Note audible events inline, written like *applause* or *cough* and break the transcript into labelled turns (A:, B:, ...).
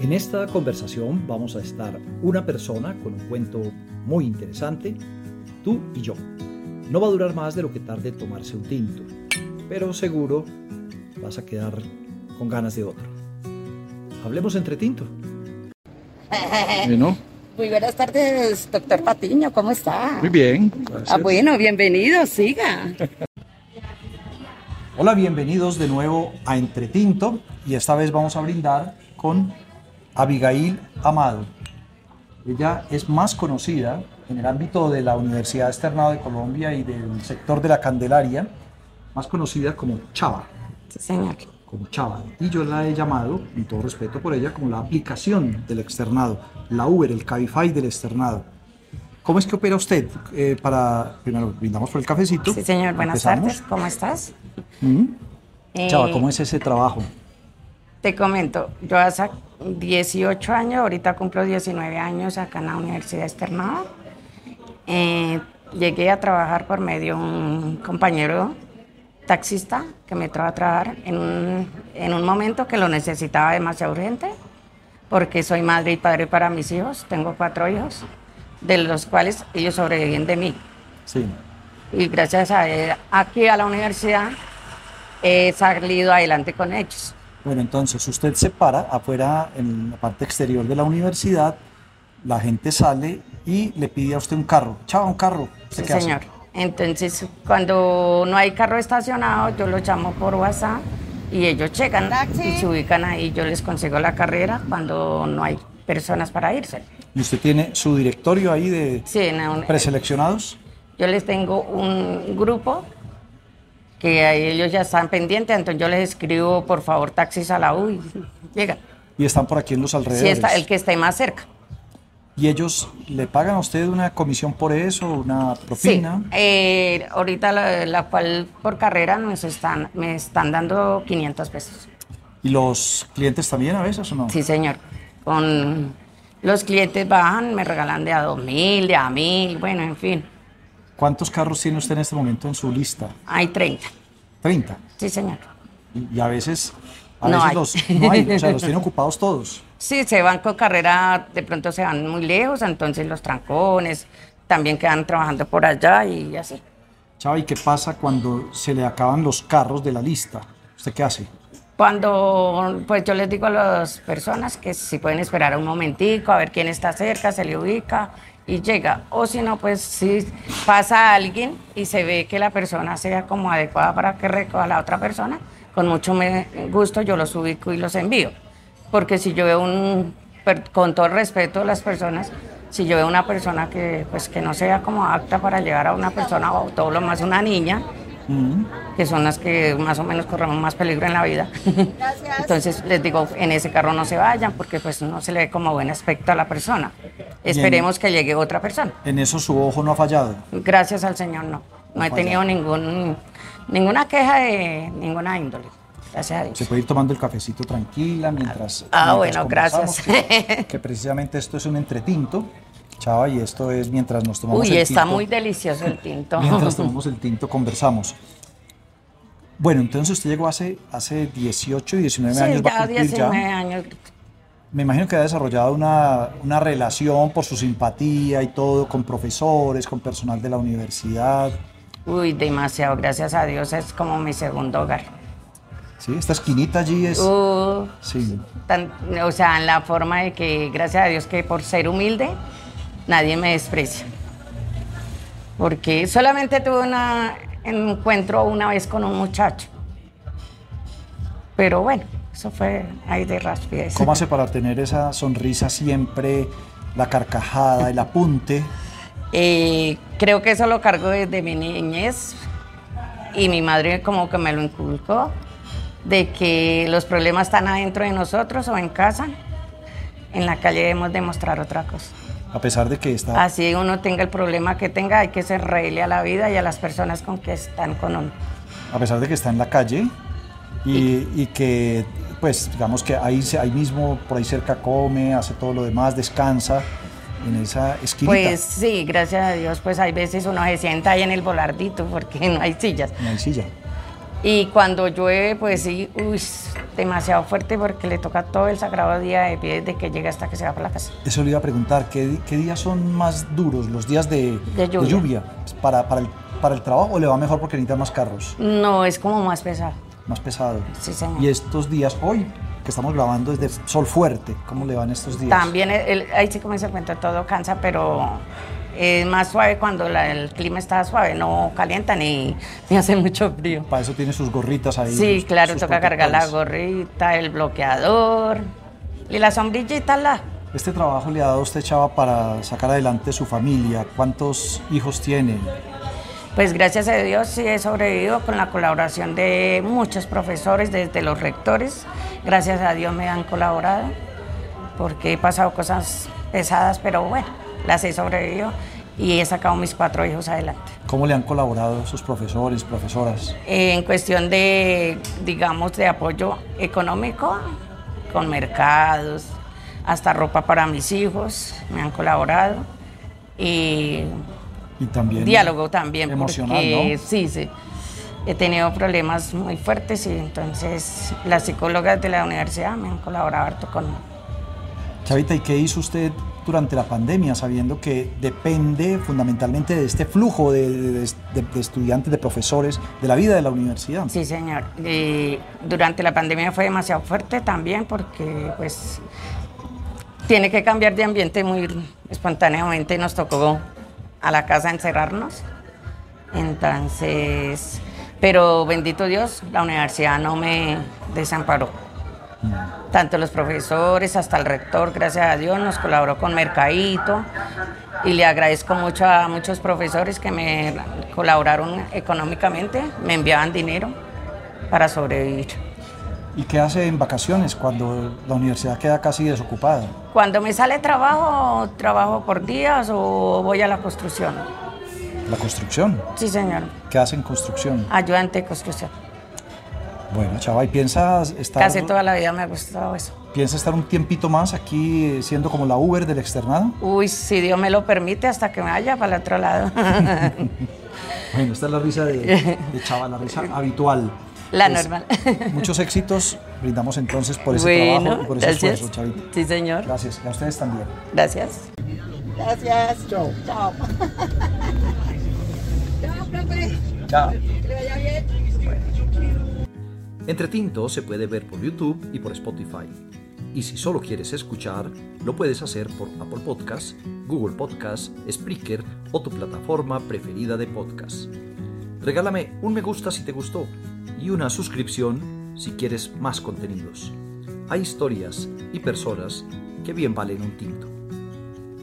A: En esta conversación vamos a estar una persona con un cuento muy interesante, tú y yo. No va a durar más de lo que tarde tomarse un tinto, pero seguro vas a quedar con ganas de otro. Hablemos entre tinto.
B: Bueno,
C: Muy buenas tardes, doctor Patiño, ¿cómo está?
B: muy bien.
C: Ah, bueno, bienvenido, siga.
A: Hola, bienvenidos de nuevo a Entre Tinto y esta vez vamos a brindar con Abigail Amado. Ella es más conocida en el ámbito de la Universidad Externado de Colombia y del sector de la Candelaria, más conocida como Chava,
C: Sí, señor.
A: como Chava. Y yo la he llamado, con todo respeto por ella, como la aplicación del externado, la Uber, el Cabify del externado. ¿Cómo es que opera usted? Eh, para, primero, brindamos por el cafecito.
C: Sí, señor, buenas
A: Empezamos.
C: tardes, ¿cómo estás?
A: Mm.
C: Eh,
A: Chava, ¿cómo es ese trabajo?
C: Te comento, yo hace 18 años, ahorita cumplo 19 años acá en la Universidad Externado. Eh, llegué a trabajar por medio de un compañero taxista que me trajo a trabajar en un, en un momento que lo necesitaba demasiado urgente, porque soy madre y padre para mis hijos, tengo cuatro hijos, de los cuales ellos sobreviven de mí.
A: Sí.
C: y gracias a él, aquí a la universidad he salido adelante con ellos.
A: Bueno, entonces usted se para afuera en la parte exterior de la universidad, la gente sale y le pide a usted un carro. Chava, un carro. ¿Usted
C: Sí,
A: qué hace?
C: señor. Entonces, cuando no hay carro estacionado, yo los llamo por WhatsApp y ellos llegan y se ubican ahí. Yo les consigo la carrera cuando no hay personas para irse.
A: Y usted tiene su directorio ahí de
C: Sí, en un-
A: preseleccionados.
C: yo les tengo un grupo que ahí ellos ya están pendientes, entonces yo les escribo, por favor, taxis a la U y llegan.
A: Y están por aquí en los
C: Si
A: alrededores.
C: está el que esté más cerca.
A: Y ellos le pagan a usted una comisión por eso, una
C: Sí,
A: propina.
C: eh, ahorita la, la cual por carrera nos están, me están dando 500 pesos.
A: ¿Y los clientes también a veces o no?
C: Sí, señor. Con los clientes bajan, me regalan de a 2000, de a 1000, bueno, en fin.
A: ¿Cuántos carros tiene usted en este momento en su lista?
C: Hay 30.
A: 30.
C: Sí, señor.
A: Y y a veces, a
C: No
A: veces
C: hay.
A: los no hay, o sea,
C: *laughs*
A: los tiene ocupados todos.
C: Sí, se van con carrera, de pronto se van muy lejos, entonces los trancones también quedan trabajando por allá y así.
A: Chava, ¿y qué pasa cuando se le acaban los carros de la lista? ¿Usted qué hace?
C: Cuando, pues yo les digo a las personas que si pueden esperar un momentico, a ver quién está cerca, se le ubica y llega. O si no, pues si pasa alguien y se ve que la persona sea como adecuada para que recoja a la otra persona, con mucho me- gusto yo los ubico y los envío. Porque si yo veo un, per- con todo el respeto a las personas, si yo veo una persona que, pues, que no sea como apta para llevar a una persona o todo lo más una niña, que son las que más o menos corremos más peligro en la vida. *laughs* Entonces les digo, en ese carro no se vayan porque pues no se le ve como buen aspecto a la persona. Esperemos que llegue otra persona.
A: En eso su ojo no ha fallado.
C: Gracias al Señor, no. No he
A: Vaya.
C: tenido ningún, ninguna queja de ninguna índole. Gracias a Dios.
A: Se puede ir tomando el cafecito tranquila mientras. mientras
C: Ah, bueno,
A: conversamos,
C: gracias.
A: Que, que precisamente esto es un entretinto, Chava, y esto es mientras nos tomamos
C: Uy,
A: el
C: está
A: tinto.
C: muy *laughs* delicioso el tinto. *laughs*
A: Mientras tomamos el tinto, conversamos. Bueno, entonces usted llegó hace, hace 18, 19
C: Sí,
A: años. va a
C: ya
A: cumplir
C: 19
A: ya.
C: años.
A: Me imagino que ha desarrollado una, una relación por su simpatía y todo con profesores, con personal de la universidad.
C: Uy, demasiado, gracias a Dios, es como mi segundo hogar.
A: ¿sí? Esta esquinita allí es...
C: Uh,
A: Sí.
C: tan- o sea, en la forma de que, gracias a Dios, que por ser humilde, nadie me desprecia. Porque solamente tuve una- un encuentro una vez con un muchacho. Pero bueno, eso fue ahí de raspidez.
A: ¿Cómo hace para tener esa sonrisa siempre, la carcajada, el apunte?
C: Eh, creo que eso lo cargo desde mi niñez y mi madre como que me lo inculcó, de que los problemas están adentro de nosotros o en casa, en la calle debemos demostrar otra cosa.
A: A pesar de que está...
C: Así uno tenga el problema que tenga, hay que ser reírle a la vida y a las personas con que están con uno.
A: a pesar de que está en la calle y, y que, pues, digamos que ahí, se- ahí mismo, por ahí cerca, come, hace todo lo demás, descansa en esa esquinita.
C: Pues sí, *laughs* gracias a Dios, pues hay veces uno se sienta ahí en el volardito porque no hay sillas.
A: en la silla.
C: Y cuando llueve, pues sí, uy, es demasiado fuerte porque le toca todo el sagrado día de pie desde que llega hasta que se va para la casa.
A: Eso le iba a preguntar, ¿qué, di- qué días son más duros? ¿Los días de,
C: De lluvia.
A: ¿Para, para, el, para el trabajo o le va mejor porque necesita más carros,
C: No, es como más pesado.
A: más pesado?
C: Sí, señor.
A: Y estos días, hoy que estamos grabando, es de sol fuerte. ¿Cómo le van estos días?
C: También, el- el- ahí sí como se cuenta, todo cansa, pero es más suave cuando la- el clima está suave, no calienta ni, *laughs* ni hace mucho frío.
A: Para eso tiene sus gorritas ahí.
C: Sí,
A: sus-
C: claro,
A: sus
C: toca cargar la
A: protectores.
C: gorrita, el bloqueador y la sombrillita, la.
A: Este trabajo le ha dado a usted, Chava, para sacar adelante su familia. ¿Cuántos hijos tiene?
C: Pues gracias a Dios sí he sobrevivido con la colaboración de muchos profesores, desde los rectores. Gracias a Dios me han colaborado porque he pasado cosas pesadas, pero bueno, las he sobrevivido y he sacado mis cuatro hijos adelante.
A: ¿Cómo le han colaborado sus profesores, profesoras?
C: Eh, En cuestión de, digamos, de apoyo económico, con mercados, hasta ropa para mis hijos, me han colaborado. Y
A: Y también.
C: diálogo también.
A: Emocional,
C: porque,
A: ¿no?
C: Sí, sí. He tenido problemas muy fuertes y entonces las psicólogas de la universidad me han colaborado harto con...
A: Chavita, ¿y qué hizo usted durante la pandemia, sabiendo que depende fundamentalmente de este flujo de, de- de- de estudiantes, de profesores, de la vida de la universidad?
C: Sí, señor. Y durante la pandemia fue demasiado fuerte también porque pues tiene que cambiar de ambiente muy espontáneamente. Nos tocó a la casa encerrarnos. Entonces, pero bendito Dios, la universidad no me desamparó. tanto los profesores hasta el rector, gracias a Dios, nos colaboró con Mercadito y le agradezco mucho a muchos profesores que me colaboraron económicamente, me enviaban dinero para sobrevivir.
A: ¿Y qué hace en vacaciones cuando la universidad queda casi desocupada?
C: Cuando me sale trabajo, trabajo por días o voy a la construcción.
A: La construcción.
C: Sí, señor,
A: ¿Qué hace en construcción?
C: ayudante de construcción.
A: Bueno, Chava, ¿y piensas estar,
C: Casi toda la vida me ha gustado eso.
A: piensa estar un tiempito más aquí eh, siendo como la Uber del externado?
C: Uy, si Dios me lo permite, hasta que me vaya para el otro lado.
A: Bueno, esta es la risa de, de Chava, la
C: *laughs*
A: risa habitual.
C: La
A: Pues,
C: normal.
A: Muchos éxitos brindamos entonces *laughs* por
C: *laughs*
A: ese trabajo y por ese esfuerzo, Chavita.
C: Sí, señor.
A: Gracias, y a ustedes también.
C: Gracias.
B: Gracias. Chao. Chao. *laughs* Chao, profe.
A: Chao.
B: Que le vaya bien.
D: Entretinto se puede ver por YouTube y por Spotify. Y si solo quieres escuchar, lo puedes hacer por Apple Podcasts, Google Podcasts, Spreaker o tu plataforma preferida de podcast. Regálame un me gusta si te gustó y una suscripción si quieres más contenidos. Hay historias y personas que bien valen un tinto.